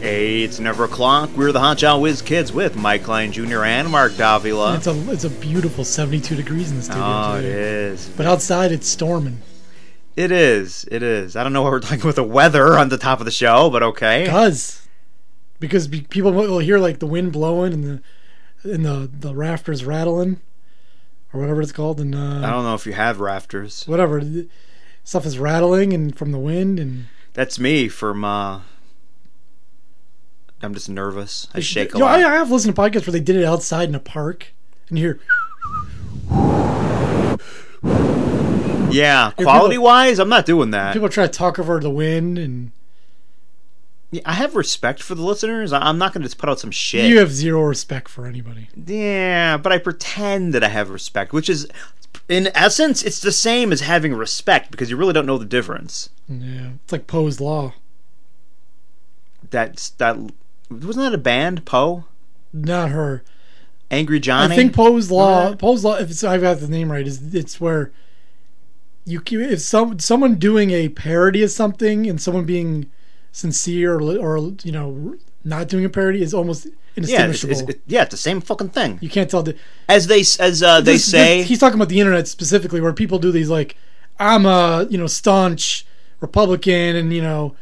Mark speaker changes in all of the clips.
Speaker 1: Hey, it's never o'clock. We're the Hot Shot Whiz Kids with Mike Klein Jr. and Mark Davila.
Speaker 2: It's a it's a beautiful 72 degrees in the studio
Speaker 1: oh, it
Speaker 2: today.
Speaker 1: is.
Speaker 2: But outside it's storming.
Speaker 1: It is. It is. I don't know why we're talking about the weather on the top of the show, but okay.
Speaker 2: Cuz because be- people will will hear like the wind blowing and the and the the rafters rattling or whatever it's called and
Speaker 1: I
Speaker 2: uh
Speaker 1: don't know if you have rafters.
Speaker 2: whatever The stuff is rattling and from the wind and
Speaker 1: That's me from. uh I'm just nervous. I shake a
Speaker 2: You know,
Speaker 1: lot.
Speaker 2: I, I have listened to podcasts where they did it outside in a park and you hear
Speaker 1: yeah, quality wise, I'm not doing that.
Speaker 2: people try to talk over the wind and
Speaker 1: Yeah, I have respect for the listeners. I- I'm not going to just put out some shit.
Speaker 2: you have zero respect for anybody.
Speaker 1: Yeah, but I pretend that I have respect, which is, in essence, it's the same as having respect because you really don't know the difference.
Speaker 2: Yeah, it's like Poe's law.
Speaker 1: That's that. Wasn't that a band? Poe,
Speaker 2: Not her.
Speaker 1: Angry Johnny.
Speaker 2: I think Poe's law.
Speaker 1: that?
Speaker 2: Poe's law. If it's, I've got the name right, is it's where you c- if some someone doing a parody of something and someone being sincere or, li- or you know not doing a parody is almost
Speaker 1: yeah, it's,
Speaker 2: indistinguishable.
Speaker 1: it's, it- yeah, it's the same fucking thing.
Speaker 2: you can't tell. The,
Speaker 1: As they as uh, they
Speaker 2: this- this-
Speaker 1: say,
Speaker 2: he's talking about the internet specifically, where people do these like I'm a you know staunch Republican and you know,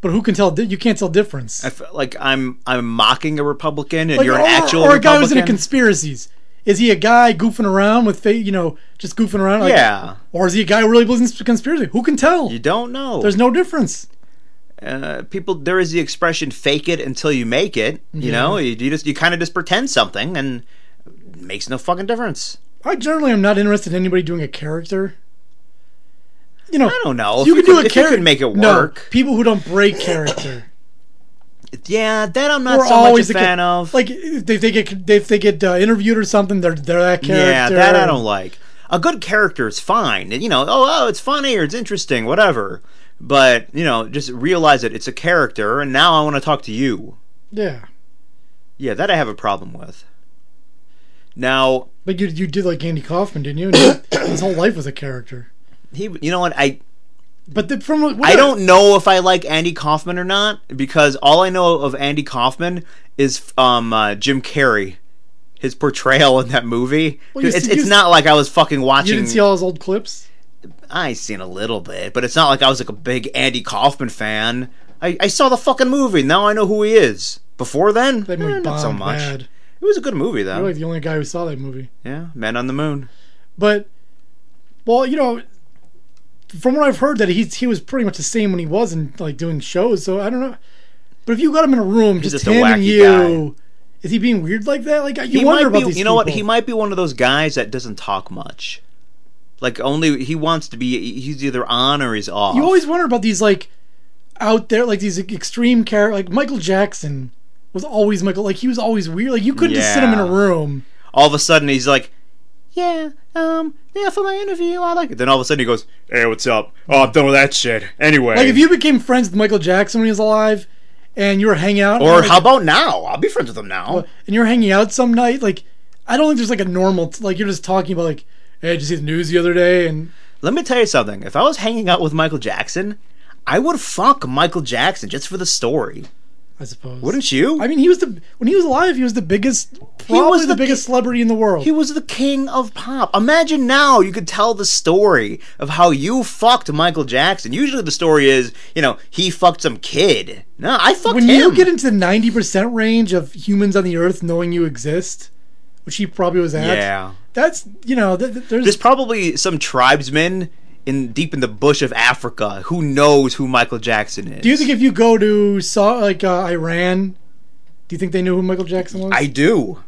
Speaker 2: but who can tell? di- You can't tell difference.
Speaker 1: I feel like I'm I'm mocking a Republican, and
Speaker 2: Like,
Speaker 1: you're an
Speaker 2: or,
Speaker 1: actual
Speaker 2: or a guy
Speaker 1: Republican.
Speaker 2: who's into conspiracies. Is he a guy goofing around with fake, you know, just goofing around? Like,
Speaker 1: yeah,
Speaker 2: Or is he a guy who really believes in conspiracy? Who can tell?
Speaker 1: you don't know.
Speaker 2: There's no difference.
Speaker 1: uh, people there is the expression fake it until you make it you know you, you just you kind of just pretend something and it makes no fucking difference
Speaker 2: I generally am not interested in anybody doing a character. You know,
Speaker 1: i don't know
Speaker 2: you
Speaker 1: If
Speaker 2: can do
Speaker 1: could-
Speaker 2: a
Speaker 1: if you
Speaker 2: character.
Speaker 1: could make it
Speaker 2: No,
Speaker 1: work
Speaker 2: people who don't break character.
Speaker 1: yeah that i'm not
Speaker 2: We're
Speaker 1: so
Speaker 2: always
Speaker 1: much a
Speaker 2: the ca-
Speaker 1: fan of
Speaker 2: like if they, they get if they get uh, interviewed or something, they're they're that character.
Speaker 1: yeah that i don't like a good character is fine you know oh, oh it's funny or it's interesting whatever but you know just realize that it's a character and now i want to talk to you
Speaker 2: Yeah,
Speaker 1: yeah that i have a problem with now
Speaker 2: but you you did like Andy Kaufman, didn't you? And His whole life was a character.
Speaker 1: he you know what i
Speaker 2: But the, from what
Speaker 1: I don't know if I like Andy Kaufman or not because all I know of Andy Kaufman is um, uh, Jim Carrey, his portrayal in that movie.
Speaker 2: Well, you
Speaker 1: it's
Speaker 2: see-
Speaker 1: it's
Speaker 2: you-
Speaker 1: not like I was fucking
Speaker 2: you
Speaker 1: watching.
Speaker 2: didn't see all his old clips.
Speaker 1: I seen a little bit, but it's not like I was like a big Andy Kaufman fan. I, I saw the fucking movie. Now I know who he is. Before then,
Speaker 2: That
Speaker 1: eh,
Speaker 2: movie
Speaker 1: not so
Speaker 2: bombed
Speaker 1: much.
Speaker 2: bad.
Speaker 1: It was a good movie though.
Speaker 2: You're like the only guy who saw that movie.
Speaker 1: Yeah, Men on the Moon.
Speaker 2: But well, you know, from what I've heard, that he's he was pretty much the same when he was in like doing shows. So I don't know. But if you got him in a room, just,
Speaker 1: just a
Speaker 2: him
Speaker 1: wacky
Speaker 2: and you, is he being weird like that? Like you
Speaker 1: he
Speaker 2: wonder
Speaker 1: might
Speaker 2: about
Speaker 1: be,
Speaker 2: these.
Speaker 1: you know what?
Speaker 2: people.
Speaker 1: He might be one of those guys that doesn't talk much. Like only he wants to be. He's either on or he's off.
Speaker 2: You always wonder about these like out there, like these extreme characters. Like Michael Jackson was always Michael. Like he was always weird. Like you couldn't just sit him in a
Speaker 1: Yeah.
Speaker 2: room.
Speaker 1: all of a sudden he's like, "Yeah, um, yeah, for my interview, I like it." Then all of a sudden he goes, "Hey, what's up? Oh, I'm done with that shit." Anyway,
Speaker 2: Like if you became friends with Michael Jackson when he was alive, and you were hanging out,
Speaker 1: or how about now? I'll be friends with him now.
Speaker 2: and you're hanging out some night, like I don't think there's like a normal like you're just talking about like, hey, did you see the news the other day? And
Speaker 1: Let me tell you something. If I was hanging out with Michael Jackson, I would fuck Michael Jackson just for the story.
Speaker 2: I suppose
Speaker 1: Wouldn't you?
Speaker 2: I mean, he was the when he was alive, he was the biggest, probably
Speaker 1: was
Speaker 2: the,
Speaker 1: the
Speaker 2: biggest celebrity in the world.
Speaker 1: he was the king of pop. Imagine now you could tell the story of how you fucked Michael Jackson. Usually the story is, you know, he fucked some kid. No, I fucked
Speaker 2: when
Speaker 1: him.
Speaker 2: you get into the ninety percent range of humans on the earth knowing you exist, which he probably was at,
Speaker 1: yeah.
Speaker 2: that's you know, th- th- there's
Speaker 1: There's probably some tribesmen in deep in the bush of Africa who knows who Michael Jackson is.
Speaker 2: do you think if you go to saw like uh, Iran, do you think they knew who Michael Jackson was?
Speaker 1: I do.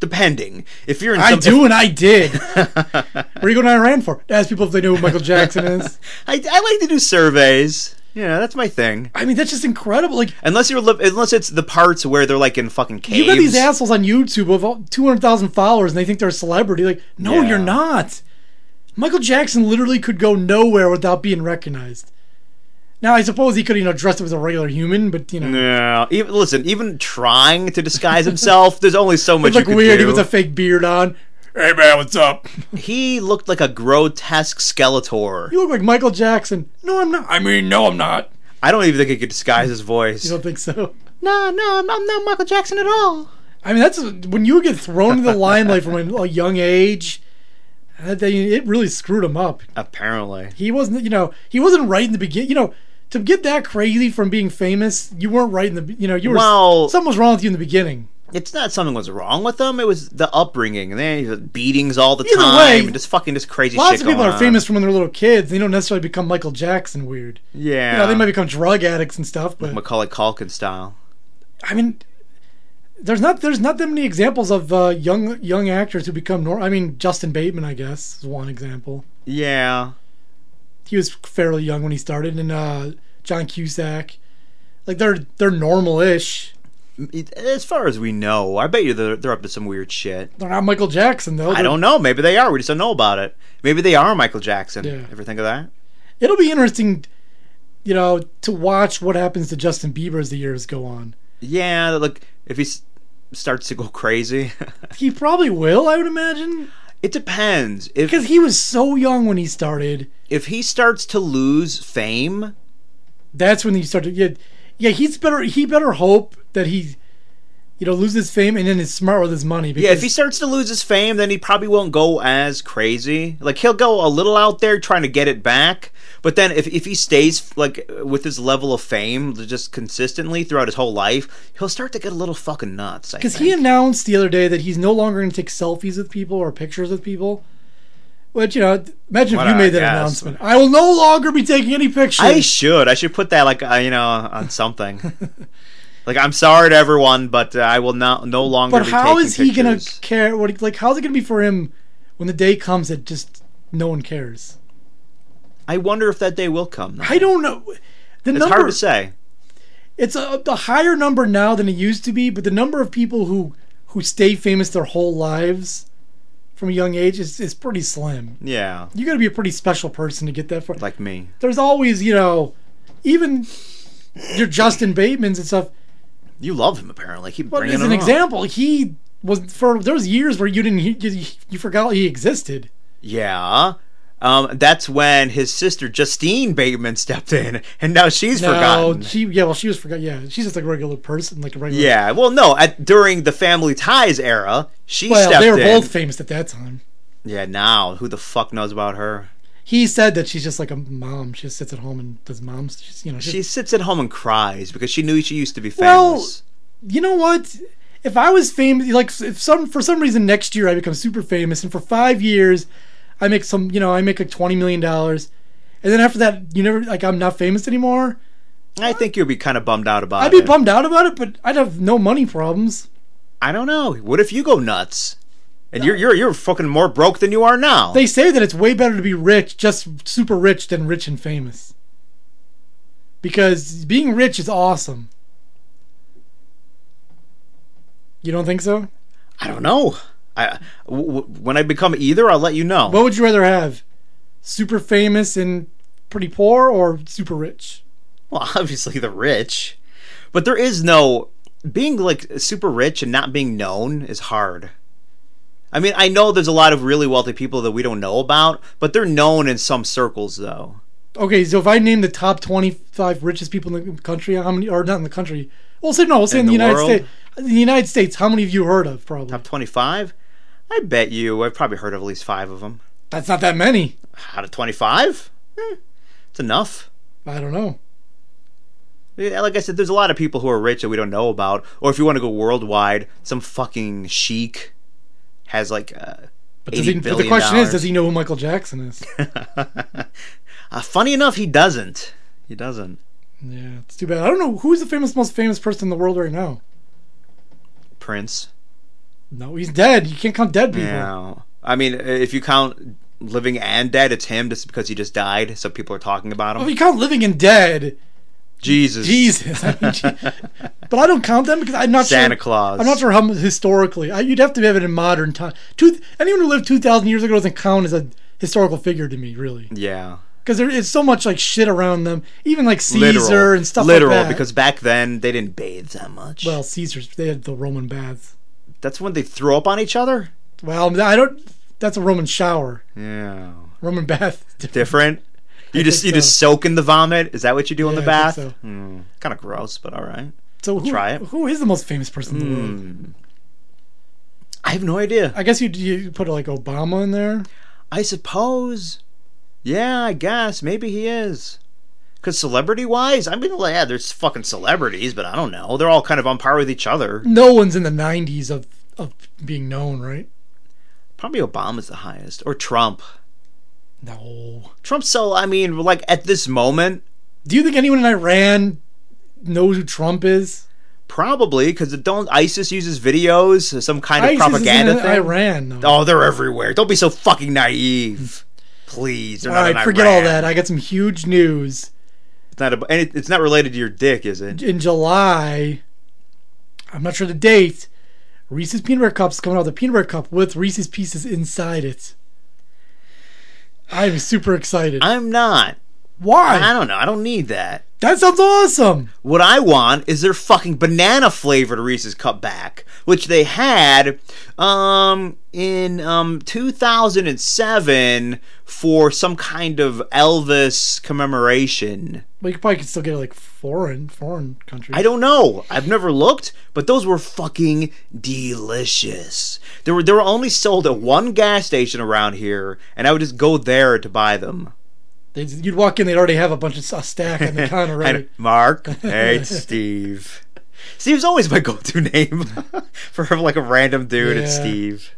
Speaker 1: Depending, if you're in,
Speaker 2: I
Speaker 1: some,
Speaker 2: do, and I did. what are you going to Iran for? Ask people if they know who Michael Jackson is.
Speaker 1: I, I like to do surveys. Yeah, that's my thing.
Speaker 2: I mean, that's just incredible. Like
Speaker 1: Unless you're li- unless it's the parts where they're like in fucking caves.
Speaker 2: you got these assholes on YouTube with two hundred thousand followers, and they think they're a celebrity. Like, no,
Speaker 1: Yeah.
Speaker 2: you're not. Michael Jackson literally could go nowhere without being recognized. Now, I suppose he could, you know, dress up as a regular human, but you know,
Speaker 1: Yeah. Even listen, even trying to disguise himself, there's only so much
Speaker 2: it
Speaker 1: you
Speaker 2: looked
Speaker 1: can
Speaker 2: weird. He
Speaker 1: do.
Speaker 2: was a fake beard on. Hey man, what's up?
Speaker 1: he looked like a grotesque Skeletor.
Speaker 2: You look like Michael Jackson. No, I'm not. I mean, no, I'm not.
Speaker 1: I don't even think he could disguise his voice.
Speaker 2: You don't think so?
Speaker 1: No, no, I'm, I'm not Michael Jackson at all.
Speaker 2: I mean, that's when you get thrown into the limelight from a young age. That they, it really screwed him up.
Speaker 1: Apparently.
Speaker 2: He wasn't, you know, he wasn't right in the beginning. You know, to get that crazy from being famous, you weren't right in the, be- you know, you were.
Speaker 1: Well-
Speaker 2: something was wrong with you in the beginning.
Speaker 1: It's not something was wrong with them. It was the upbringing. And they had beatings all the
Speaker 2: Either
Speaker 1: time.
Speaker 2: way,
Speaker 1: and just fucking just crazy
Speaker 2: Lots
Speaker 1: shit
Speaker 2: of people
Speaker 1: going
Speaker 2: are
Speaker 1: on.
Speaker 2: famous from when they're little kids. They don't necessarily become Michael Jackson weird.
Speaker 1: Yeah.
Speaker 2: You know, they might become drug addicts and stuff, but
Speaker 1: Macaulay Culkin style.
Speaker 2: I mean, there's not there's not that many examples of uh, young young actors who become normal. I mean, Justin Bateman, I guess, is one example.
Speaker 1: Yeah.
Speaker 2: He was fairly young when he started, and uh, John Cusack, like they're they're normal-ish.
Speaker 1: It- As far as we know, I bet you they're, they're up to some weird shit.
Speaker 2: They're not Michael Jackson though.
Speaker 1: I don't know. Maybe they are. We just don't know about it. Maybe they are Michael Jackson.
Speaker 2: Yeah.
Speaker 1: Ever think of that?
Speaker 2: It'll be interesting, you know, to watch what happens to Justin Bieber as the years go on.
Speaker 1: Yeah. Look, if he s- starts to go crazy,
Speaker 2: He probably will, I would imagine,
Speaker 1: it depends. If
Speaker 2: because he was so young when he started.
Speaker 1: if he starts to lose fame,
Speaker 2: that's when you start to get yeah he's better he better hope that he you know loses fame and then is smart with his money because
Speaker 1: yeah, if he starts to lose his fame, then he probably won't go as crazy. Like he'll go a little out there trying to get it back, but then if if he stays like with his level of fame just consistently throughout his whole life, he'll start to get a little fucking nuts. I
Speaker 2: because
Speaker 1: think.
Speaker 2: he announced the other day that he's no longer going to take selfies with people or pictures with people which you know imagine
Speaker 1: What
Speaker 2: if you
Speaker 1: a
Speaker 2: made that
Speaker 1: guess.
Speaker 2: announcement i will no longer be taking any pictures
Speaker 1: I should. I should put that like uh, you know on something. like I'm sorry to everyone, but uh, I will not no longer.
Speaker 2: but
Speaker 1: be
Speaker 2: how
Speaker 1: taking
Speaker 2: is he going
Speaker 1: pictures.
Speaker 2: to care what like how's it going to be for him when the day comes that just no one cares
Speaker 1: I wonder if that day will come. Though.
Speaker 2: i don't know the
Speaker 1: It's
Speaker 2: number
Speaker 1: hard to say.
Speaker 2: it's a, a higher number now than it used to be, but the number of people who who stay famous their whole lives from a young age is, is pretty slim.
Speaker 1: Yeah,
Speaker 2: You got to be a pretty special person to get that far.
Speaker 1: like me.
Speaker 2: There's always, you know, even your Justin Bateman's and stuff.
Speaker 1: You love him apparently. Keep
Speaker 2: But
Speaker 1: bringing
Speaker 2: as
Speaker 1: him
Speaker 2: an
Speaker 1: up.
Speaker 2: example, he was for there was years where you didn't he- you, you forgot he existed.
Speaker 1: Yeah. Um, that's when his sister Justine Bateman stepped in, and now she's
Speaker 2: No,
Speaker 1: forgotten.
Speaker 2: she yeah, well she was forgot. Yeah, she's just like a regular person, like a regular.
Speaker 1: yeah, well, no, at during the Family Ties era, she
Speaker 2: well,
Speaker 1: stepped
Speaker 2: they were
Speaker 1: in.
Speaker 2: both famous at that time.
Speaker 1: yeah, now who the fuck knows about her?
Speaker 2: he said that she's just like a mom. She just sits at home and does mom's. She's, you know, she's,
Speaker 1: She sits at home and cries because she knew she used to be
Speaker 2: Well,
Speaker 1: famous.
Speaker 2: you know what? If I was famous, like if some for some reason next year I become super famous, and for five years I make some, you know, I make like twenty million dollars, and then after that, you never like I'm not famous anymore.
Speaker 1: I think you'd be kind of bummed out about
Speaker 2: I'd be
Speaker 1: it.
Speaker 2: bummed out about it, but I'd have no money problems.
Speaker 1: I don't know. What if you go nuts? And you're you're you're fucking more broke than you are now.
Speaker 2: They say that it's way better to be rich, just super rich, than rich and famous. Because being rich is awesome. You don't think so?
Speaker 1: I don't know. I w- w- when I become either, I'll let you know.
Speaker 2: What would you rather have? Super famous and pretty poor or super rich?
Speaker 1: Well, obviously the rich, but there is no being like super rich and not being known is hard. I mean, I know there's a lot of really wealthy people that we don't know about, but they're known in some circles though.
Speaker 2: Okay, so if I name the top 25 richest people in the country, how many, or not in the country, we'll say no, we'll say
Speaker 1: In
Speaker 2: in, the,
Speaker 1: the
Speaker 2: United
Speaker 1: world?
Speaker 2: States. In the United States, how many of you heard of, probably?
Speaker 1: Top 25? I bet you I've probably heard of at least 5 of them.
Speaker 2: That's not that many.
Speaker 1: Out of 25? Eh, it's enough.
Speaker 2: I don't know.
Speaker 1: Yeah, Like I said, there's a lot of people who are rich that we don't know about. Or if you want to go worldwide, some fucking sheik has like uh,
Speaker 2: But, does
Speaker 1: eighty
Speaker 2: he,
Speaker 1: billion
Speaker 2: but the question
Speaker 1: dollars.
Speaker 2: is, does he know who Michael Jackson is?
Speaker 1: Uh, funny enough, he doesn't. He doesn't.
Speaker 2: yeah, it's too bad. I don't know. Who's the famous, most famous person in the world right now?
Speaker 1: Prince.
Speaker 2: No, he's dead. You can't count dead people.
Speaker 1: Yeah. I mean, if you count living and dead, it's him just because he just died, so people are talking about
Speaker 2: If
Speaker 1: him.
Speaker 2: you count living and dead,
Speaker 1: Jesus.
Speaker 2: Oh, Jesus. I mean, gee- but I don't count them because I'm not sure.
Speaker 1: Santa Claus.
Speaker 2: I'm not sure how mu- historically. I, you'd have to have it in modern time. Two, anyone who lived 2,000 years ago doesn't count as a historical figure to me, really.
Speaker 1: Yeah.
Speaker 2: Because there is so much like shit around them, even like Caesar
Speaker 1: Literal.
Speaker 2: and stuff
Speaker 1: Literal,
Speaker 2: like that.
Speaker 1: because back then they didn't bathe that much.
Speaker 2: well, Caesar's they had the Roman baths.
Speaker 1: that's when they threw up on each other.
Speaker 2: Well, I don't. That's a Roman shower.
Speaker 1: Yeah.
Speaker 2: Roman bath. is different.
Speaker 1: Different. You just you
Speaker 2: think
Speaker 1: just soak in the vomit. Is that what you do in
Speaker 2: Yeah,
Speaker 1: the
Speaker 2: I
Speaker 1: bath?
Speaker 2: think
Speaker 1: Kind of gross, but all right.
Speaker 2: So who,
Speaker 1: Try it. Hmm.
Speaker 2: Who is the most famous person in the world?
Speaker 1: I have no idea.
Speaker 2: I guess you you put like Obama in there.
Speaker 1: I suppose. Yeah, I guess maybe he is. Cause celebrity wise, I mean, yeah, there's fucking celebrities, but I don't know. They're all kind of on par with each other.
Speaker 2: No one's in the '90s of of being known, right?
Speaker 1: Probably Obama's the highest, or Trump.
Speaker 2: No.
Speaker 1: Trump's so. I mean, like at this moment,
Speaker 2: Do you think anyone in Iran knows who Trump is?
Speaker 1: probably because don't ISIS uses videos, some kind of
Speaker 2: ISIS
Speaker 1: propaganda
Speaker 2: isn't in
Speaker 1: thing.
Speaker 2: Iran, though.
Speaker 1: Oh, they're everywhere. Don't be so fucking naive. Please, they're
Speaker 2: all
Speaker 1: not
Speaker 2: right,
Speaker 1: in
Speaker 2: forget
Speaker 1: Iran.
Speaker 2: all that. I got some huge news.
Speaker 1: It's not, ab- and it, it's not related to your dick, is it?
Speaker 2: in July. I'm not sure the date. Reese's peanut butter cups coming out with a peanut butter cup with Reese's pieces inside it. I'm super excited.
Speaker 1: I'm not. I
Speaker 2: Why?
Speaker 1: don't know. I don't need that.
Speaker 2: That sounds awesome.
Speaker 1: What I want is their fucking banana flavored Reese's Cup back, which they had um, in um, 2007 for some kind of Elvis commemoration.
Speaker 2: Well, you probably could still get it like foreign foreign countries.
Speaker 1: I don't know. I've never looked, but those were fucking delicious. They were they were only sold at one gas station around here, and I would just go there to buy them.
Speaker 2: They, you'd walk in, they'd already have a bunch of a stack on the counter,
Speaker 1: And
Speaker 2: right?
Speaker 1: Mark, hey it's Steve. Steve's always my go-to name for like a random dude. It's
Speaker 2: Yeah.
Speaker 1: Steve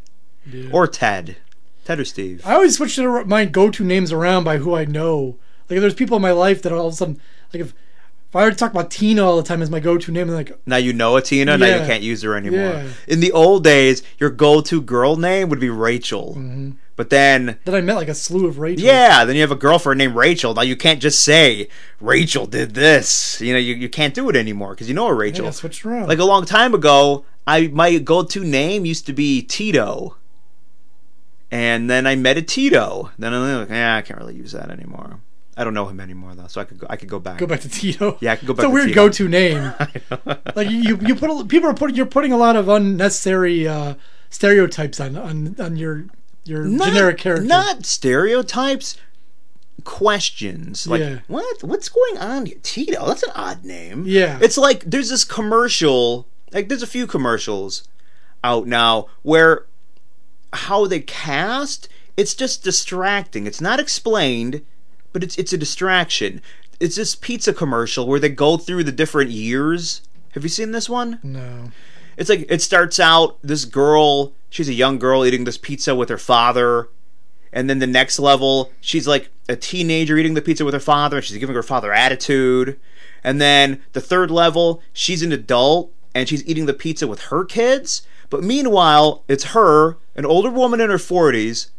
Speaker 2: Yeah.
Speaker 1: or Ted, Ted or Steve.
Speaker 2: I always switch to my go-to names around by who I know. Like, there's people in my life that all of a sudden, like, if, if I were to talk about Tina all the time as my go-to name, I'm like,
Speaker 1: Now you know Atina. Now you
Speaker 2: Yeah.
Speaker 1: can't use her anymore.
Speaker 2: Yeah.
Speaker 1: In the old days, your go-to girl name would be Rachel,
Speaker 2: Mm-hmm.
Speaker 1: but then
Speaker 2: then I met like a slew of Rachel.
Speaker 1: Yeah, then you have a girlfriend named Rachel. Now you can't just say Rachel did this. You know, you, you can't do it anymore because you know a
Speaker 2: I
Speaker 1: Rachel.
Speaker 2: gotta switch it around.
Speaker 1: like a long time ago, I my go-to name used to be Tito, and then I met a Tito. Then I'm like, yeah, I can't really use that anymore. I don't know him anymore though, so I could go, I could go back.
Speaker 2: go back to Tito.
Speaker 1: Yeah, I could go
Speaker 2: It's
Speaker 1: back
Speaker 2: a
Speaker 1: to
Speaker 2: weird
Speaker 1: Tito.
Speaker 2: go-to name. like you, you put a, people are putting you're putting a lot of unnecessary uh, stereotypes on on on your your
Speaker 1: Not-
Speaker 2: generic character.
Speaker 1: Not stereotypes. Questions like
Speaker 2: Yeah.
Speaker 1: what? What's going on here? Tito? That's an odd name.
Speaker 2: Yeah.
Speaker 1: it's like there's this commercial. Like there's a few commercials out now where how they cast it's just distracting. It's not explained, but it's it's a distraction. It's this pizza commercial where they go through the different years. Have you seen this one?
Speaker 2: no.
Speaker 1: it's like it starts out this girl she's a young girl eating this pizza with her father and then the next level she's like a teenager eating the pizza with her father and she's giving her father attitude and then the third level she's an adult and she's eating the pizza with her kids but meanwhile it's her an older woman in her 40s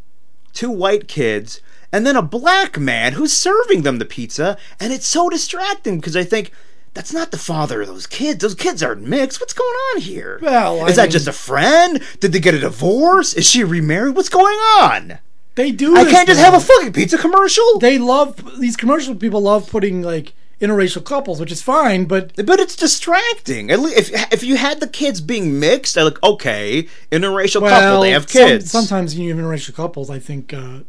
Speaker 1: two white kids, and then a black man who's serving them the pizza, and it's so distracting because I think that's not the father of those kids. Those kids aren't mixed. What's going on here?
Speaker 2: Well, I
Speaker 1: is that
Speaker 2: mean-
Speaker 1: just a friend? Did they get a divorce? Is she remarried? What's going on?
Speaker 2: They do.
Speaker 1: I
Speaker 2: this
Speaker 1: can't just
Speaker 2: now.
Speaker 1: have a fucking pizza commercial.
Speaker 2: They love these commercial people love putting like interracial couples, which is fine, but
Speaker 1: but it's distracting. At least if if you had the kids being mixed, I like okay, interracial couple,
Speaker 2: well,
Speaker 1: they have
Speaker 2: some-
Speaker 1: kids.
Speaker 2: sometimes you have interracial couples. I think uh,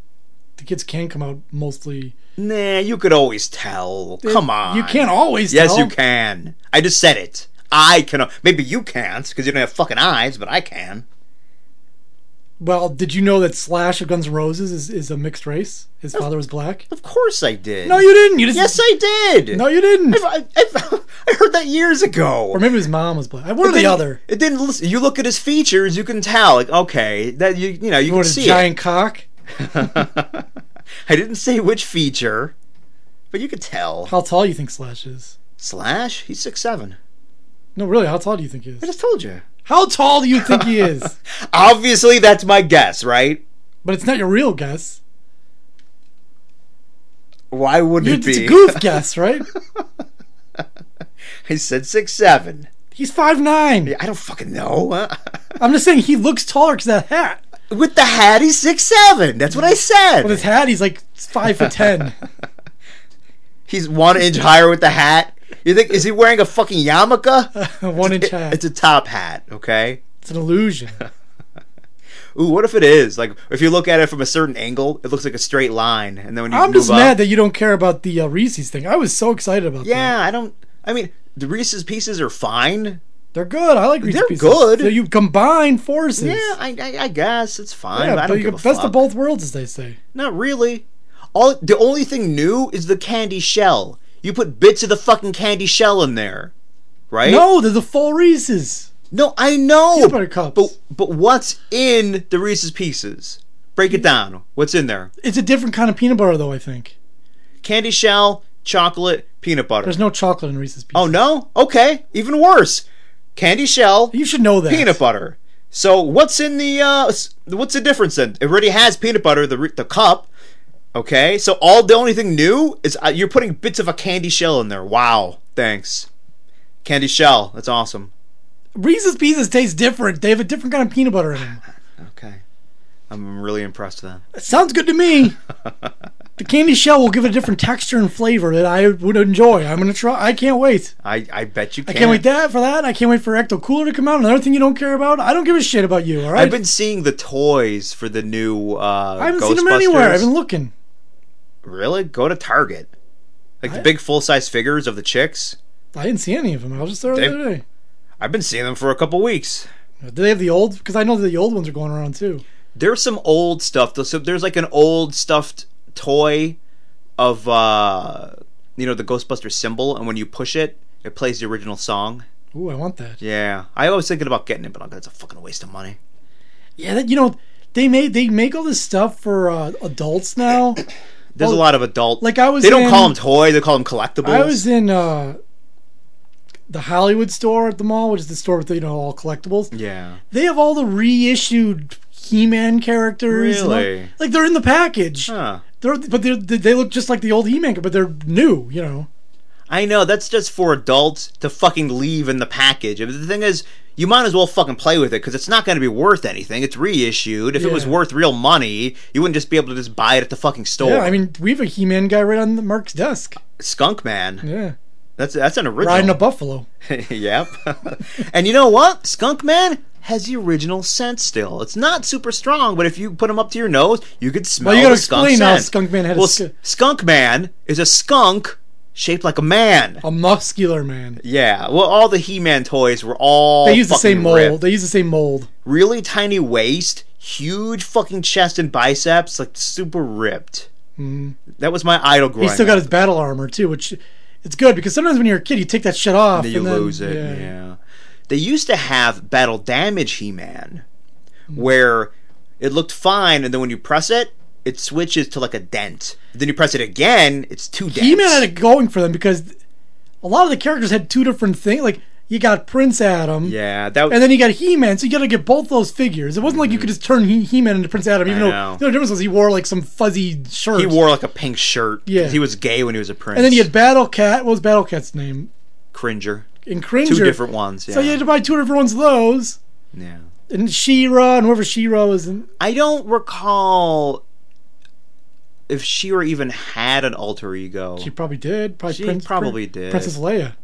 Speaker 2: the kids can come out mostly.
Speaker 1: nah, you could always tell. Come on,
Speaker 2: You can't always.
Speaker 1: Yes,
Speaker 2: tell.
Speaker 1: you can. I just said it. I can. uh, Maybe you can't because you don't have fucking eyes, but I can.
Speaker 2: Well, did you know that Slash of Guns N' Roses is, is a mixed race? His father was black.
Speaker 1: Of course I did.
Speaker 2: No, you didn't. You just
Speaker 1: Yes, I did.
Speaker 2: No, you didn't.
Speaker 1: I, I, I heard that years ago.
Speaker 2: Or maybe his mom was black. One or
Speaker 1: It
Speaker 2: the
Speaker 1: didn't-
Speaker 2: other.
Speaker 1: It didn't. Listen, you look at his features, you can tell. Like, okay, that you you know you
Speaker 2: What
Speaker 1: can
Speaker 2: his
Speaker 1: see.
Speaker 2: giant cock?
Speaker 1: It. I didn't say which feature, but you could tell.
Speaker 2: How tall you think Slash is?
Speaker 1: Slash, he's six seven.
Speaker 2: No, really, how tall do you think he
Speaker 1: I
Speaker 2: is?
Speaker 1: just told you.
Speaker 2: How tall do you think he is?
Speaker 1: Obviously, that's my guess, right?
Speaker 2: But it's not your real guess.
Speaker 1: Why would
Speaker 2: You-
Speaker 1: it be?
Speaker 2: It's a goof guess, right?
Speaker 1: I said six seven.
Speaker 2: He's five nine.
Speaker 1: I don't fucking know. Uh,
Speaker 2: I'm just saying he looks taller because that hat.
Speaker 1: With the hat, he's six seven. That's what I said.
Speaker 2: With his hat, he's like five foot ten.
Speaker 1: He's one inch higher with the hat. You think is he wearing a fucking yarmulke?
Speaker 2: One inch
Speaker 1: It-
Speaker 2: hat.
Speaker 1: it's a top hat, okay?
Speaker 2: It's an illusion.
Speaker 1: Ooh, what if it is? Like if you look at it from a certain angle, it looks like a straight line, and then when you
Speaker 2: I'm
Speaker 1: move
Speaker 2: just
Speaker 1: up,
Speaker 2: mad that you don't care about the uh, Reese's thing. I was so excited about that.
Speaker 1: yeah, I don't. I mean, the Reese's Pieces are fine.
Speaker 2: They're good. I like Reese's
Speaker 1: They're
Speaker 2: Pieces.
Speaker 1: good.
Speaker 2: So you combine forces.
Speaker 1: Yeah, I, I, I guess it's fine.
Speaker 2: Yeah,
Speaker 1: but I
Speaker 2: but
Speaker 1: don't
Speaker 2: you
Speaker 1: give a
Speaker 2: got best
Speaker 1: fuck.
Speaker 2: of both worlds, as they say.
Speaker 1: Not really. All the only thing new is the candy shell. You put bits of the fucking candy shell in there, right?
Speaker 2: No, they're the full Reese's.
Speaker 1: no, I know.
Speaker 2: Peanut butter cups.
Speaker 1: But but what's in the Reese's Pieces? Break it down. What's in there?
Speaker 2: It's a different kind of peanut butter, though. I think
Speaker 1: Candy shell, chocolate, peanut butter.
Speaker 2: there's no chocolate in Reese's Pieces.
Speaker 1: Oh no? Okay, even worse. Candy shell,
Speaker 2: you should know that.
Speaker 1: peanut butter. So what's in the uh s- what's the difference then? It already has peanut butter the re- the cup. Okay? So all the only thing new is uh, you're putting bits of a candy shell in there. Wow. Thanks. Candy shell. That's awesome.
Speaker 2: Reese's Pieces taste different. They have a different kind of peanut butter in them.
Speaker 1: Okay. I'm really impressed with that.
Speaker 2: It sounds good to me. the candy shell will give it a different texture and flavor that I would enjoy. I'm gonna try. I can't wait.
Speaker 1: I, I bet you
Speaker 2: I
Speaker 1: can.
Speaker 2: can't wait that for that. I can't wait for Ecto Cooler to come out. Another thing you don't care about. I don't give a shit about you. All right.
Speaker 1: I've been seeing the toys for the new uh
Speaker 2: I haven't
Speaker 1: Ghostbusters.
Speaker 2: seen them anywhere. I've been looking.
Speaker 1: Really? Go to Target. Like the big full size figures of the chicks.
Speaker 2: I didn't see any of them. I was just there the
Speaker 1: They've-
Speaker 2: other day.
Speaker 1: I've been seeing them for a couple weeks.
Speaker 2: Do they have the old? Because I know that the old ones are going around too.
Speaker 1: There's some old stuff. though. So there's like an old stuffed toy of uh you know the Ghostbuster symbol, and when you push it, it plays the original song.
Speaker 2: Ooh, I want that.
Speaker 1: Yeah, I was thinking about getting it, but I'm like, that's a fucking waste of money.
Speaker 2: Yeah, that, you know, they made they make all this stuff for uh, adults now.
Speaker 1: There's a
Speaker 2: Well,
Speaker 1: lot of adult.
Speaker 2: Oh, like I was
Speaker 1: they don't
Speaker 2: in-
Speaker 1: call them toy; they call them collectibles.
Speaker 2: I was in uh, the Hollywood store at the mall, which is the store with you know all collectibles.
Speaker 1: yeah,
Speaker 2: They have all the reissued He-Man characters. and all-
Speaker 1: Really?
Speaker 2: like they're in the package.
Speaker 1: huh.
Speaker 2: They're but they're, they they look just like the old He-Man, but they're new. You know.
Speaker 1: I know that's just for adults to fucking leave in the package. I mean, the thing is, you might as well fucking play with it because it's not going to be worth anything. It's reissued. If it was
Speaker 2: Yeah.
Speaker 1: worth real money, you wouldn't just be able to just buy it at the fucking store.
Speaker 2: Yeah, I mean, we have a He-Man guy right on Mark's desk.
Speaker 1: Skunk Man.
Speaker 2: Yeah,
Speaker 1: That's that's an original.
Speaker 2: riding a buffalo.
Speaker 1: yep. and you know what? Skunk Man has the original scent still. It's not super strong, but if you put him up to your nose, you could smell.
Speaker 2: Well, you gotta
Speaker 1: the skunk
Speaker 2: explain how
Speaker 1: scent.
Speaker 2: Skunk Man had a
Speaker 1: Well,
Speaker 2: sk-
Speaker 1: s- Skunk Man is a skunk shaped like a man.
Speaker 2: A muscular man.
Speaker 1: Yeah. Well, all the He-Man toys were all
Speaker 2: They use the
Speaker 1: fucking
Speaker 2: same mold.
Speaker 1: ripped.
Speaker 2: They use the same mold.
Speaker 1: Really tiny waist, huge fucking chest and biceps, like super ripped. That was my idol growing.
Speaker 2: He's Mm-hmm. still got
Speaker 1: up.
Speaker 2: his battle armor too, which it's good because sometimes when you're a kid, you take that shit off
Speaker 1: then you
Speaker 2: and then-
Speaker 1: lose it. Yeah. They used to have battle damage He Man,
Speaker 2: Mm.
Speaker 1: where it looked fine, and then when you press it, it switches to like a dent. Then you press it again, it's too dense.
Speaker 2: He-Man had it going for them because a lot of the characters had two different things. Like you got Prince Adam,
Speaker 1: yeah, that
Speaker 2: and
Speaker 1: was.
Speaker 2: then you got He-Man. So you got to get both those figures. It wasn't like you could just turn he- He-Man into Prince Adam, even
Speaker 1: I
Speaker 2: though
Speaker 1: know.
Speaker 2: the only difference was he wore like some fuzzy shirt.
Speaker 1: He wore like a pink shirt. 'cause
Speaker 2: Yeah.
Speaker 1: he was gay when he was a prince.
Speaker 2: and then you had Battle Cat. What was Battle Cat's name?
Speaker 1: Cringer.
Speaker 2: And Cringer.
Speaker 1: Two different ones. Yeah.
Speaker 2: So you had to buy two different ones of those.
Speaker 1: yeah.
Speaker 2: And She-Ra and whoever She-Ra was. And
Speaker 1: I don't recall if she or even had an alter ego.
Speaker 2: she probably did. Probably
Speaker 1: She
Speaker 2: Prince-
Speaker 1: probably did.
Speaker 2: Princess Leia.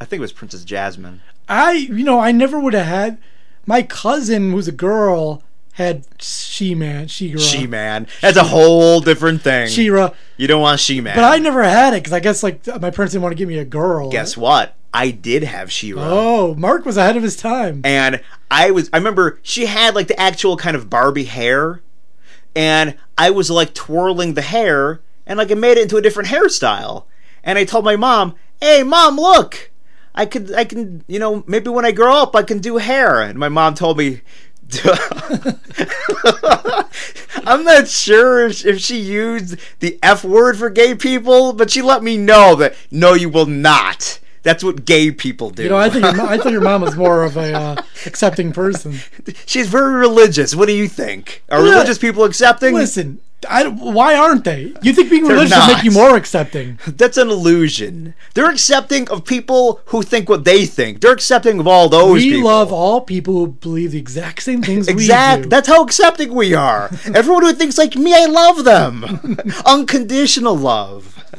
Speaker 1: I think it was Princess Jasmine.
Speaker 2: I you know I never would have had my cousin who's a girl had she man she girl
Speaker 1: She Man. That's a whole different thing.
Speaker 2: She-Ra,
Speaker 1: You don't want She Man.
Speaker 2: but I never had it because I guess like my parents didn't want to give me a girl.
Speaker 1: guess what? I did have She-Ra.
Speaker 2: Oh, Mark was ahead of his time.
Speaker 1: And I was I remember she had like the actual kind of Barbie hair and I was like twirling the hair and like it made it into a different hairstyle. And I told my mom, "Hey mom, look. I could I can, you know, maybe when I grow up I can do hair." And my mom told me I'm not sure if, if she used the F word for gay people, but she let me know that no, you will not. That's what gay people do.
Speaker 2: You know, I think your, mo- I thought your mom was more of a uh, accepting person.
Speaker 1: She's very religious. What do you think? Are religious people accepting?
Speaker 2: Listen, I, why aren't they? You think being
Speaker 1: They're
Speaker 2: religious will make
Speaker 1: not.
Speaker 2: you more accepting?
Speaker 1: That's an illusion. They're accepting of people who think what they think. They're accepting of all those
Speaker 2: we
Speaker 1: people.
Speaker 2: love all people who believe the exact same things we
Speaker 1: Exact.
Speaker 2: do.
Speaker 1: That's how accepting we are. Everyone who thinks like me, I love them. Unconditional love.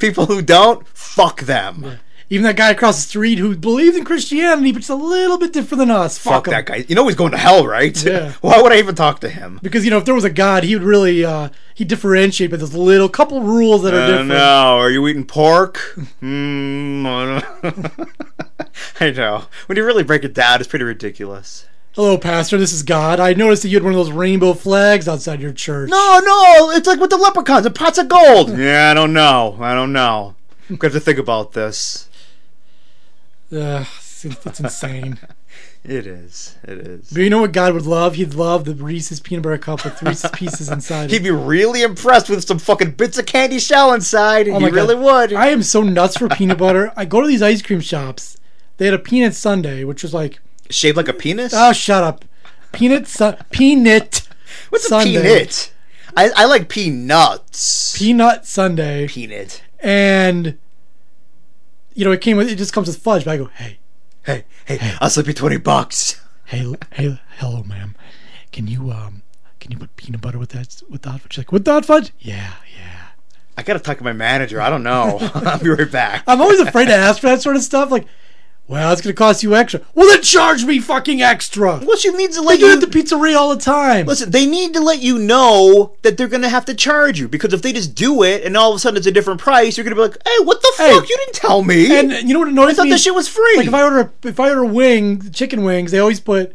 Speaker 1: People who don't, fuck them.
Speaker 2: Even that guy across the street who believes in Christianity, but it's a little bit different than us. Fuck,
Speaker 1: Fuck
Speaker 2: him.
Speaker 1: that guy. You know he's going to hell, right?
Speaker 2: Yeah.
Speaker 1: Why would I even talk to him?
Speaker 2: Because you know, if there was a God, he would really uh, he differentiate by those little couple rules that are
Speaker 1: I
Speaker 2: different.
Speaker 1: don't know. Uh, Are you eating pork? mm, I, don't I know. When you really break it down, it's pretty ridiculous.
Speaker 2: Hello, Pastor. This is God. I noticed that you had one of those rainbow flags outside your church.
Speaker 1: No, no. It's like with the leprechauns and pots of gold. yeah, I don't know. I don't know. I'm going to have to think about this.
Speaker 2: Ugh, it's- that's insane.
Speaker 1: It is. It is.
Speaker 2: but you know what God would love? He'd love the Reese's peanut butter cup with Reese's pieces inside.
Speaker 1: He'd
Speaker 2: it.
Speaker 1: be really impressed with some fucking bits of candy shell inside.
Speaker 2: Oh
Speaker 1: he
Speaker 2: my God.
Speaker 1: really would.
Speaker 2: I am so nuts for peanut butter. I go to these ice cream shops. They had a peanut sundae, which was like,
Speaker 1: Shaped like a penis?
Speaker 2: oh, shut up, peanut sun, peanut,
Speaker 1: What's
Speaker 2: sundae.
Speaker 1: a peanut? I, I like peanuts.
Speaker 2: peanut sundae.
Speaker 1: peanut.
Speaker 2: and you know it came with it just comes with fudge but i go hey
Speaker 1: Hey, hey, I'll slip you 20 bucks.
Speaker 2: hey hey hello ma'am can you um can you put peanut butter with that with that fudge She's like with that fudge yeah yeah
Speaker 1: I gotta talk to my manager. I don't know. I'll be right back.
Speaker 2: i'm always afraid to ask for that sort of stuff like well it's gonna cost you extra well then charge me fucking extra
Speaker 1: What you need to
Speaker 2: they
Speaker 1: let
Speaker 2: do it
Speaker 1: you
Speaker 2: at the pizzeria all the time
Speaker 1: listen. They need to let you know that they're gonna have to charge you because if they just do it and all of a sudden it's a different price, you're gonna be like, "Hey, what the
Speaker 2: Hey.
Speaker 1: fuck? You didn't tell me.
Speaker 2: and you know what annoys
Speaker 1: I thought
Speaker 2: me
Speaker 1: this shit was free."
Speaker 2: like if i order if i order wing chicken wings they always put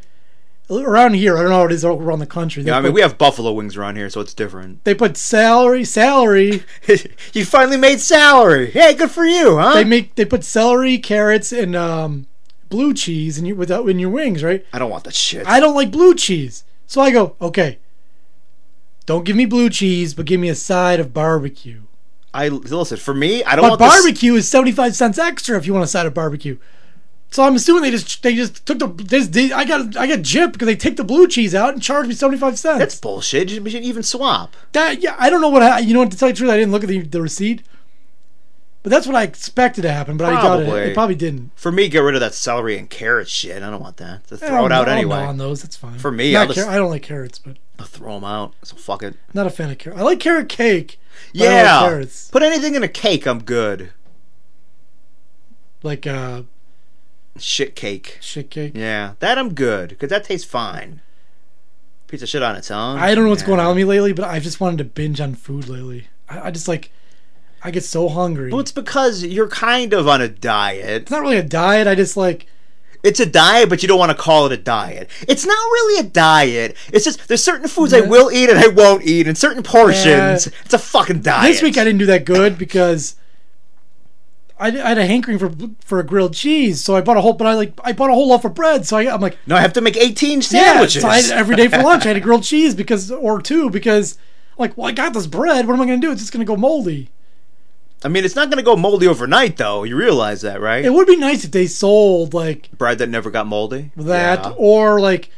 Speaker 2: around here i don't know how it is around the country they,
Speaker 1: I mean,
Speaker 2: put,
Speaker 1: we have buffalo wings around here, so it's different.
Speaker 2: they put salary salary
Speaker 1: you finally made salary. Hey, good for you, huh?
Speaker 2: they make they put celery, carrots, and um, blue cheese in your without in your wings, right?
Speaker 1: I don't want that shit.
Speaker 2: I don't like blue cheese, so I go okay. Don't give me blue cheese, but give me a side of barbecue.
Speaker 1: I listen for me. I don't
Speaker 2: But
Speaker 1: want this-
Speaker 2: barbecue is seventy five cents extra if you want a side of barbecue. So I'm assuming they just they just took the they, they, I got I got gypped because they take the blue cheese out and charge me seventy five cents.
Speaker 1: That's bullshit. You should even swap.
Speaker 2: that yeah I don't know what I, you know what to tell you the truth I didn't look at the, the receipt, but that's what I expected to happen. But I doubt it.
Speaker 1: Probably.
Speaker 2: It probably didn't.
Speaker 1: For me, get rid of that celery and carrot shit. I don't want that. Just throw it
Speaker 2: I'll-
Speaker 1: out
Speaker 2: I'll
Speaker 1: anyway.
Speaker 2: gnaw on those, that's fine.
Speaker 1: For me,
Speaker 2: Not
Speaker 1: I'll just-
Speaker 2: car- I don't like carrots, but
Speaker 1: I'll throw them out. So fuck it.
Speaker 2: not a fan of carrots. I like carrot cake. but I don't
Speaker 1: Yeah.
Speaker 2: like carrots.
Speaker 1: Put anything in a cake. I'm good.
Speaker 2: Like uh,
Speaker 1: Shit cake.
Speaker 2: shit cake.
Speaker 1: Yeah, that I'm good because that tastes fine. Piece of shit on its own.
Speaker 2: I don't know what's
Speaker 1: Nah.
Speaker 2: going on with me lately, but I've just wanted to binge on food lately. I, I just like, I get so hungry.
Speaker 1: Well, it's because you're kind of on a diet.
Speaker 2: it's not really a diet. I just like
Speaker 1: It's a diet, but you don't want to call it a diet. It's not really a diet. It's just there's certain foods I
Speaker 2: Yeah.
Speaker 1: will eat and I won't eat, and certain portions. It's a fucking diet.
Speaker 2: this week I didn't do that good because. I, I had a hankering for for a grilled cheese, so I bought a whole. But I like I bought a whole loaf of bread, so I, I'm like,
Speaker 1: No, I have to make 18
Speaker 2: Yeah,
Speaker 1: sandwiches.
Speaker 2: so I, every day for lunch, I had a grilled cheese because, or two, because, like, well, I got this bread. What am I going to do? It's just going to go moldy.
Speaker 1: I mean, it's not going to go moldy overnight, though. You realize that, right?
Speaker 2: It would be nice if they sold like
Speaker 1: Bread that never got moldy.
Speaker 2: that,
Speaker 1: Yeah.
Speaker 2: or like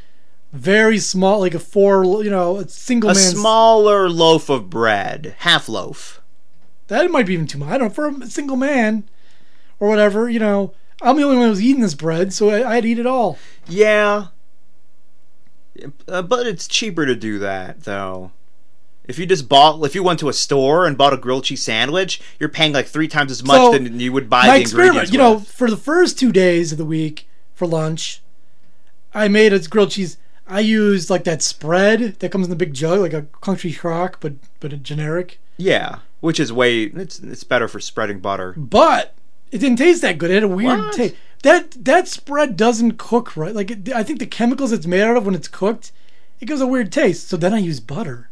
Speaker 2: very small, like a four, you know, a single
Speaker 1: a
Speaker 2: man's.
Speaker 1: smaller loaf of bread, half loaf.
Speaker 2: that might be even too much. I don't know for a single man, or whatever. You know, I'm the only one who's eating this bread, so I, I'd eat it all.
Speaker 1: Yeah. Uh, but it's cheaper to do that, though. If you just bought, if you went to a store and bought a grilled cheese sandwich, you're paying like three times as much
Speaker 2: So,
Speaker 1: than you would buy
Speaker 2: my
Speaker 1: the ingredients.
Speaker 2: experiment, you know,
Speaker 1: with.
Speaker 2: for the first two days of the week for lunch, I made a grilled cheese. I used like that spread that comes in the big jug, like a country crock, but but a generic.
Speaker 1: yeah, which is way it's it's better for spreading butter.
Speaker 2: But it didn't taste that good. It had a weird
Speaker 1: What?
Speaker 2: taste. That that spread doesn't cook right. Like it, I think the chemicals it's made out of when it's cooked, it gives a weird taste. So then I used butter.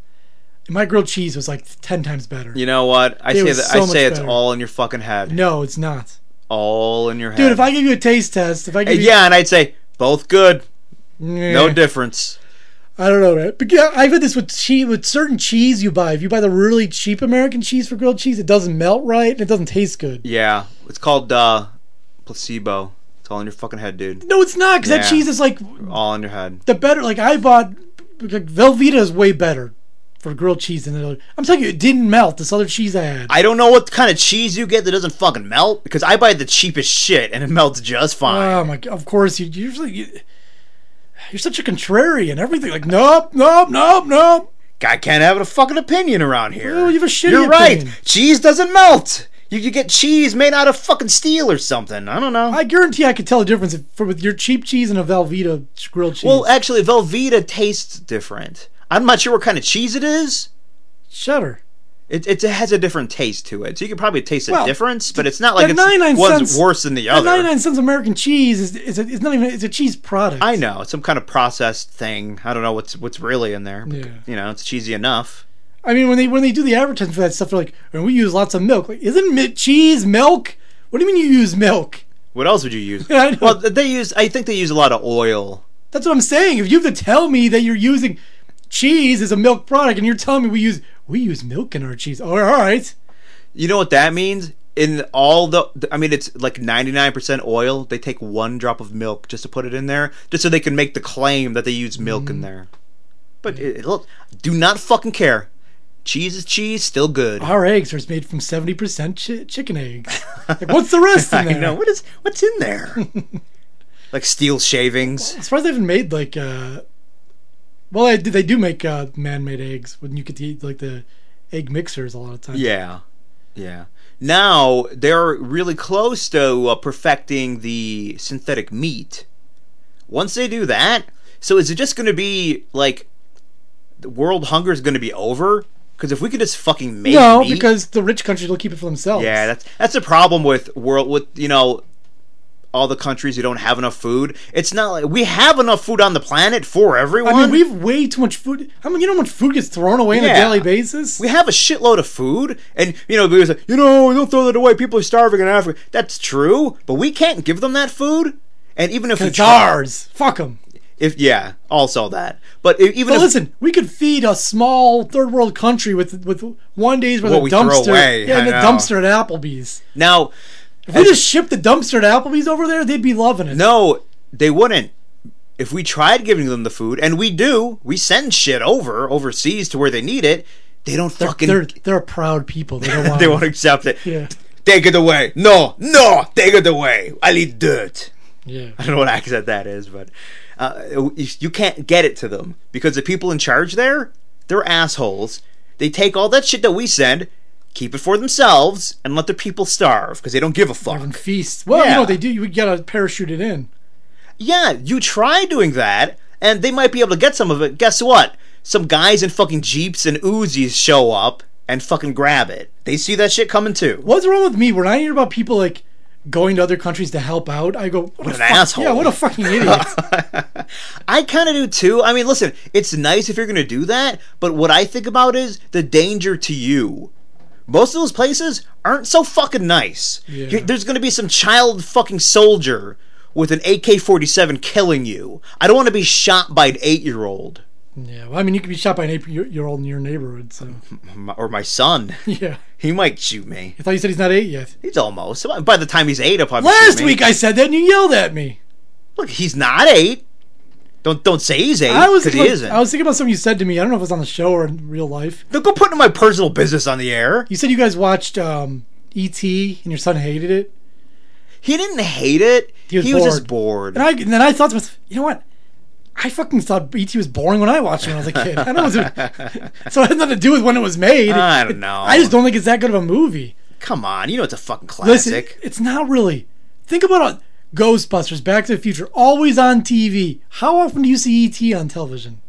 Speaker 2: And my grilled cheese was like ten times better.
Speaker 1: You know what? I
Speaker 2: It
Speaker 1: say
Speaker 2: was
Speaker 1: that
Speaker 2: so
Speaker 1: I
Speaker 2: much
Speaker 1: say it's
Speaker 2: better.
Speaker 1: all in your fucking head,
Speaker 2: No, it's not,
Speaker 1: all in your head,
Speaker 2: dude. If I give you a taste test, if I
Speaker 1: Uh,
Speaker 2: give you,
Speaker 1: yeah, and I'd say both good, no
Speaker 2: Nah.
Speaker 1: difference.
Speaker 2: I don't know, right? But yeah, I've had this with cheese, with certain cheese you buy. If you buy the really cheap American cheese for grilled cheese, it doesn't melt right and it doesn't taste good.
Speaker 1: Yeah, it's called uh, placebo. It's all in your fucking head, dude.
Speaker 2: No, it's not because
Speaker 1: Yeah.
Speaker 2: that cheese is like
Speaker 1: All in your head.
Speaker 2: the better. Like I bought, like Velveeta is way better for grilled cheese, and they're like, "I'm telling you, it didn't melt. This other cheese I had."
Speaker 1: I don't know what kind of cheese you get that doesn't fucking melt because I buy the cheapest shit and it melts just fine.
Speaker 2: oh my! god! Of course, you usually you, you're such a contrarian. Everything like, nope, nope, nope, nope.
Speaker 1: I can't have a fucking opinion around here.
Speaker 2: Well, you have a shitty
Speaker 1: You're
Speaker 2: opinion.
Speaker 1: right. Cheese doesn't melt. You could get cheese made out of fucking steel or something. I don't know.
Speaker 2: I guarantee I could tell the difference if, for, with your cheap cheese and a Velveeta grilled cheese.
Speaker 1: well, actually, Velveeta tastes different. I'm not sure what kind of cheese it is.
Speaker 2: Cheddar.
Speaker 1: It, it has a different taste to it, so you could probably taste a
Speaker 2: Well,
Speaker 1: difference, but it's not like
Speaker 2: the
Speaker 1: it's
Speaker 2: 99
Speaker 1: one's
Speaker 2: cents-
Speaker 1: worse than the
Speaker 2: That
Speaker 1: other.
Speaker 2: 99 cents American cheese is, is a, it's not even it's a cheese product.
Speaker 1: I know it's some kind of processed thing. I don't know what's what's really in there. but,
Speaker 2: Yeah.
Speaker 1: You know, it's cheesy enough.
Speaker 2: I mean, when they when they do the advertising for that stuff, they're like, "And we use lots of milk." Like, isn't mi- cheese milk? What do you mean you use milk?
Speaker 1: What else would you use?
Speaker 2: I know.
Speaker 1: well, they use. I think they use a lot of oil.
Speaker 2: That's what I'm saying. If you have to tell me that you're using cheese as a milk product, and you're telling me we use we use milk in our cheese, oh, all right.
Speaker 1: You know what that means? In all the, I mean, it's like 99% oil. They take one drop of milk just to put it in there, just so they can make the claim that they use milk in there. But it, it- look, do not fucking care. Cheese is cheese, still good.
Speaker 2: Our eggs are made from seventy percent ch- chicken eggs. Like, what's the rest in
Speaker 1: I
Speaker 2: there?
Speaker 1: know what is what's in there. like steel shavings.
Speaker 2: As far as I haven't made like, uh, well, I, they do make uh, man-made eggs when you get to eat like the egg mixers a lot of times.
Speaker 1: Yeah, yeah. Now they're really close to uh, perfecting the synthetic meat. Once they do that, so is it just going to be like the world hunger is going to be over? Because if we could just fucking make
Speaker 2: No,
Speaker 1: meat-
Speaker 2: because the rich countries will keep it for themselves.
Speaker 1: yeah, that's that's the problem with world with you know all the countries who don't have enough food. It's not like we have enough food on the planet for everyone.
Speaker 2: I mean, we have way too much food. How mean, you know how much food gets thrown away on a
Speaker 1: Yeah.
Speaker 2: daily basis?
Speaker 1: we have a shitload of food, and you know, because you know, don't throw that away. People are starving in Africa. That's true, but we can't give them that food. And even if we
Speaker 2: it's
Speaker 1: try-
Speaker 2: ours. Fuck them.
Speaker 1: if yeah, also that. But i- even
Speaker 2: But
Speaker 1: if
Speaker 2: listen, we could feed a small third world country with with one day's worth
Speaker 1: What
Speaker 2: of
Speaker 1: we throw
Speaker 2: dumpster.
Speaker 1: away, I
Speaker 2: yeah, and a
Speaker 1: know.
Speaker 2: dumpster at Applebee's.
Speaker 1: now,
Speaker 2: If we just shipped the dumpster to Applebee's over there, they'd be loving it.
Speaker 1: no, they wouldn't. If we tried giving them the food, and we do, we send shit over overseas to where they need it. They don't fucking.
Speaker 2: they're they're a proud people. They don't want.
Speaker 1: they won't accept it.
Speaker 2: Yeah.
Speaker 1: Take it away. No, no, take it away. I need dirt.
Speaker 2: Yeah.
Speaker 1: I don't know what accent that is, but uh, you you can't get it to them because the people in charge there, they're assholes. They take all that shit that we send, keep it for themselves, and let the people starve because they don't give a fuck.
Speaker 2: And feasts. Well, you know
Speaker 1: Yeah.
Speaker 2: what they do. You gotta parachute it in.
Speaker 1: Yeah, you try doing that, and they might be able to get some of it. Guess what? Some guys in fucking jeeps and Uzis show up and fucking grab it. They see that shit coming too.
Speaker 2: What's wrong with me when I hear about people like going to other countries to help out? I go, what, a
Speaker 1: an
Speaker 2: fuck-
Speaker 1: asshole.
Speaker 2: Yeah, what a fucking idiot.
Speaker 1: I kind of do too. I mean, listen, it's nice if you're going to do that, but what I think about is the danger to you. Most of those places aren't so fucking nice.
Speaker 2: Yeah.
Speaker 1: You- There's going to be some child fucking soldier with an AK 47 killing you. I don't want to be shot by an eight year old
Speaker 2: yeah, well, I mean, you could be shot by an eight-year-old in your neighborhood. So
Speaker 1: or my son.
Speaker 2: yeah,
Speaker 1: he might shoot me.
Speaker 2: I thought you said he's not eight yet.
Speaker 1: He's almost. By the time he's eight, I'll probably shoot
Speaker 2: Last
Speaker 1: me.
Speaker 2: week I said that and you yelled at me.
Speaker 1: Look, he's not eight. Don't don't say he's eight
Speaker 2: I was
Speaker 1: because he
Speaker 2: thinking-
Speaker 1: isn't.
Speaker 2: I was thinking about something you said to me. I don't know if it was on the show or in real life.
Speaker 1: Don't go putting my personal business on the air.
Speaker 2: You said you guys watched um, E.T. and your son hated it,
Speaker 1: He didn't hate it.
Speaker 2: He
Speaker 1: He was,
Speaker 2: was bored.
Speaker 1: just bored.
Speaker 2: and I and then I thought to myself, you know what? I fucking thought E.T. was boring when I watched it when I was a kid. I don't know what- so it had nothing to do with when it was made.
Speaker 1: I don't know.
Speaker 2: I just don't think it's that good of a movie.
Speaker 1: Come on, you know it's a fucking
Speaker 2: Listen,
Speaker 1: classic.
Speaker 2: it's not really. Think about it. Ghostbusters, Back to the Future, always on TV. How often do you see E.T. on television?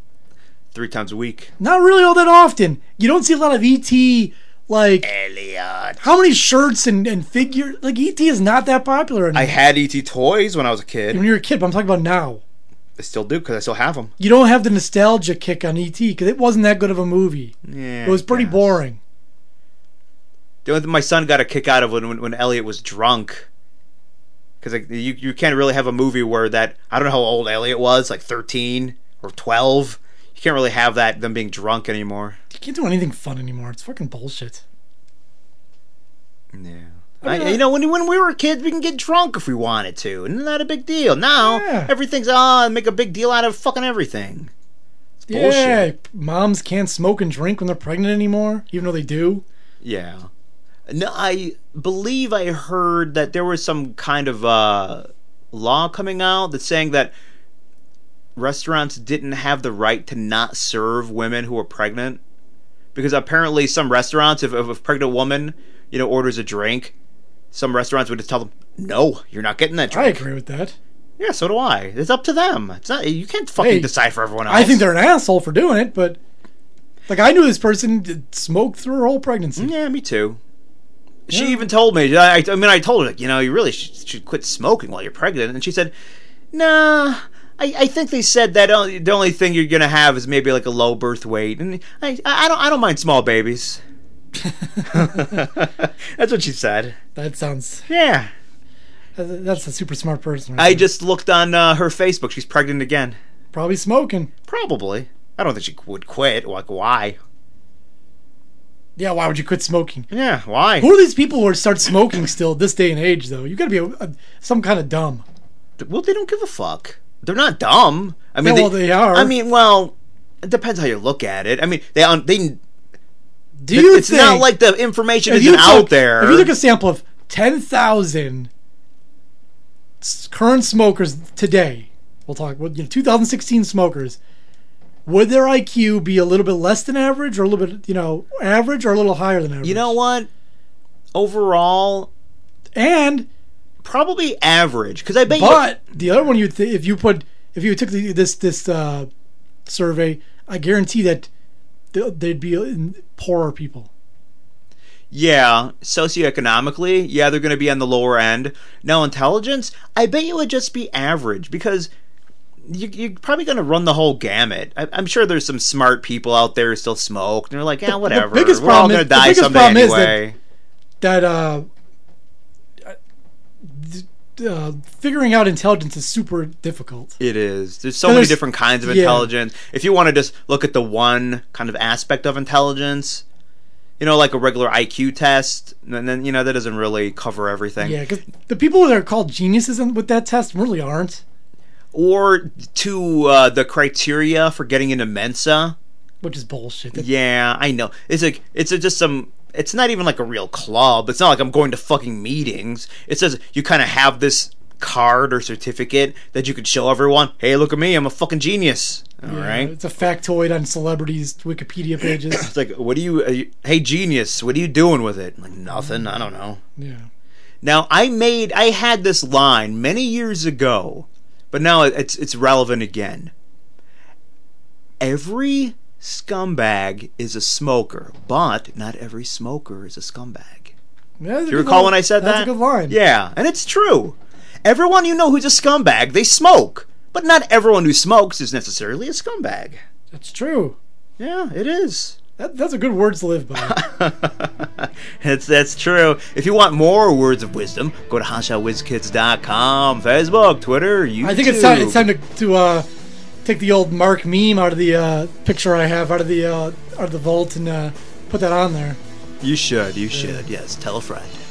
Speaker 1: Three times a week.
Speaker 2: Not really all that often. You don't see a lot of E.T. like
Speaker 1: Elliot.
Speaker 2: how many shirts and, and figures like ET is not that popular anymore.
Speaker 1: I had ET toys when I was a kid.
Speaker 2: when you're a kid, but I'm talking about now.
Speaker 1: I still do because I still have them.
Speaker 2: You don't have the nostalgia kick on ET because it wasn't that good of a movie.
Speaker 1: Yeah.
Speaker 2: It was pretty
Speaker 1: yeah.
Speaker 2: boring.
Speaker 1: The only thing my son got a kick out of when when, when Elliot was drunk. Because like you you can't really have a movie where that I don't know how old Elliot was like thirteen or twelve. You can't really have that them being drunk anymore.
Speaker 2: You can't do anything fun anymore. It's fucking bullshit.
Speaker 1: Yeah.
Speaker 2: I mean,
Speaker 1: I-
Speaker 2: I-
Speaker 1: you know, when when we were kids, we can get drunk if we wanted to, and not a big deal. Now
Speaker 2: Yeah.
Speaker 1: everything's ah, make a big deal out of fucking everything. It's
Speaker 2: Yeah,
Speaker 1: bullshit.
Speaker 2: moms can't smoke and drink when they're pregnant anymore, even though they do.
Speaker 1: Yeah. No, I believe I heard that there was some kind of uh, law coming out that's saying that restaurants didn't have the right to not serve women who are pregnant because apparently some restaurants, if, if a pregnant woman, you know, orders a drink, some restaurants would just tell them, "No, you're not getting that
Speaker 2: I
Speaker 1: drink."
Speaker 2: agree with that.
Speaker 1: Yeah, so do I. It's up to them. It's not you can't fucking
Speaker 2: Hey,
Speaker 1: decide for everyone else.
Speaker 2: I think they're an asshole for doing it, but like I knew this person did smoke through her whole pregnancy.
Speaker 1: Yeah, me too. She
Speaker 2: Yeah.
Speaker 1: even told me. I, I mean, I told her, like, you know, you really should, should quit smoking while you're pregnant. And she said, Nah, I, I think they said that only, the only thing you're gonna have is maybe like a low birth weight, and I, I don't, I don't mind small babies. That's what she said.
Speaker 2: That sounds
Speaker 1: Yeah,
Speaker 2: that's a super smart person. right
Speaker 1: I
Speaker 2: there.
Speaker 1: just looked on uh, her Facebook. She's pregnant again.
Speaker 2: probably smoking.
Speaker 1: Probably. I don't think she would quit. Like, why?
Speaker 2: Yeah, why would you quit smoking?
Speaker 1: Yeah, why?
Speaker 2: Who are these people who are start smoking still at this day and age though? You got to be a, a, some kind of dumb.
Speaker 1: Well, they don't give a fuck. They're not dumb. I mean,
Speaker 2: Yeah, well, they are.
Speaker 1: I mean, well, it depends how you look at it. I mean, they on they.
Speaker 2: Do you
Speaker 1: it's
Speaker 2: think
Speaker 1: not like the information
Speaker 2: if
Speaker 1: isn't
Speaker 2: you
Speaker 1: out
Speaker 2: took-
Speaker 1: there.
Speaker 2: If you took a sample of 10,000 s- current smokers today, we'll talk what you know, 2016 smokers, would their IQ be a little bit less than average or a little bit, you know, average or a little higher than average?
Speaker 1: you know what? Overall,
Speaker 2: And
Speaker 1: probably average. Because I bet
Speaker 2: but the other one you th- if you put if you took the, this this uh, survey, I guarantee that th- they'd be in- poorer people.
Speaker 1: you, yeah, socioeconomically, yeah, they're going to be on the lower end. Now, intelligence, I bet you would just be average because. You, you're probably going to run the whole gamut. I, I'm sure there's some smart people out there who still smoke, and they're like, "Yeah, whatever.
Speaker 2: biggest
Speaker 1: We're all
Speaker 2: problem
Speaker 1: going
Speaker 2: is-
Speaker 1: to
Speaker 2: the
Speaker 1: die
Speaker 2: biggest
Speaker 1: someday
Speaker 2: problem is that-
Speaker 1: anyway."
Speaker 2: that uh, uh, figuring out intelligence is super difficult.
Speaker 1: It is. There's so
Speaker 2: And
Speaker 1: many
Speaker 2: there's-
Speaker 1: different kinds of
Speaker 2: yeah.
Speaker 1: intelligence. If you want to just look at the one kind of aspect of intelligence, you know, like a regular IQ test, and then you know that doesn't really cover everything.
Speaker 2: Yeah, because the people that are called geniuses in- with that test really aren't.
Speaker 1: Or to uh, the criteria for getting into Mensa.
Speaker 2: Which is bullshit. That-
Speaker 1: Yeah, I know. It's like it's just some. It's not even like a real club. It's not like I'm going to fucking meetings. It says you kind of have this card or certificate that you could show everyone. Hey, look at me. I'm a fucking genius. All right.
Speaker 2: yeah, It's a factoid on celebrities' Wikipedia pages.
Speaker 1: It's like, what do you, are you? Hey, genius, what are you doing with it? I'm like nothing. I don't know.
Speaker 2: yeah.
Speaker 1: Now, I made, I had this line many years ago, but now it- it's it's relevant again. Every scumbag is a smoker, but not every smoker is a scumbag.
Speaker 2: yeah
Speaker 1: Do you recall when I said
Speaker 2: That's
Speaker 1: that?
Speaker 2: a good line.
Speaker 1: Yeah, and it's true. Everyone you know who's a scumbag, they smoke, but not everyone who smokes is necessarily a scumbag.
Speaker 2: That's true.
Speaker 1: Yeah, it is.
Speaker 2: That, that's a good word to live by.
Speaker 1: that's that's true. If you want more words of wisdom, go to hotshotwizkids.com, Facebook, Twitter, YouTube.
Speaker 2: I think it's time, it's time to, to uh, take the old Mark meme out of the uh, picture I have out of the uh, out of the vault and uh, put that on there.
Speaker 1: You should. You should. Yes. Tell a friend.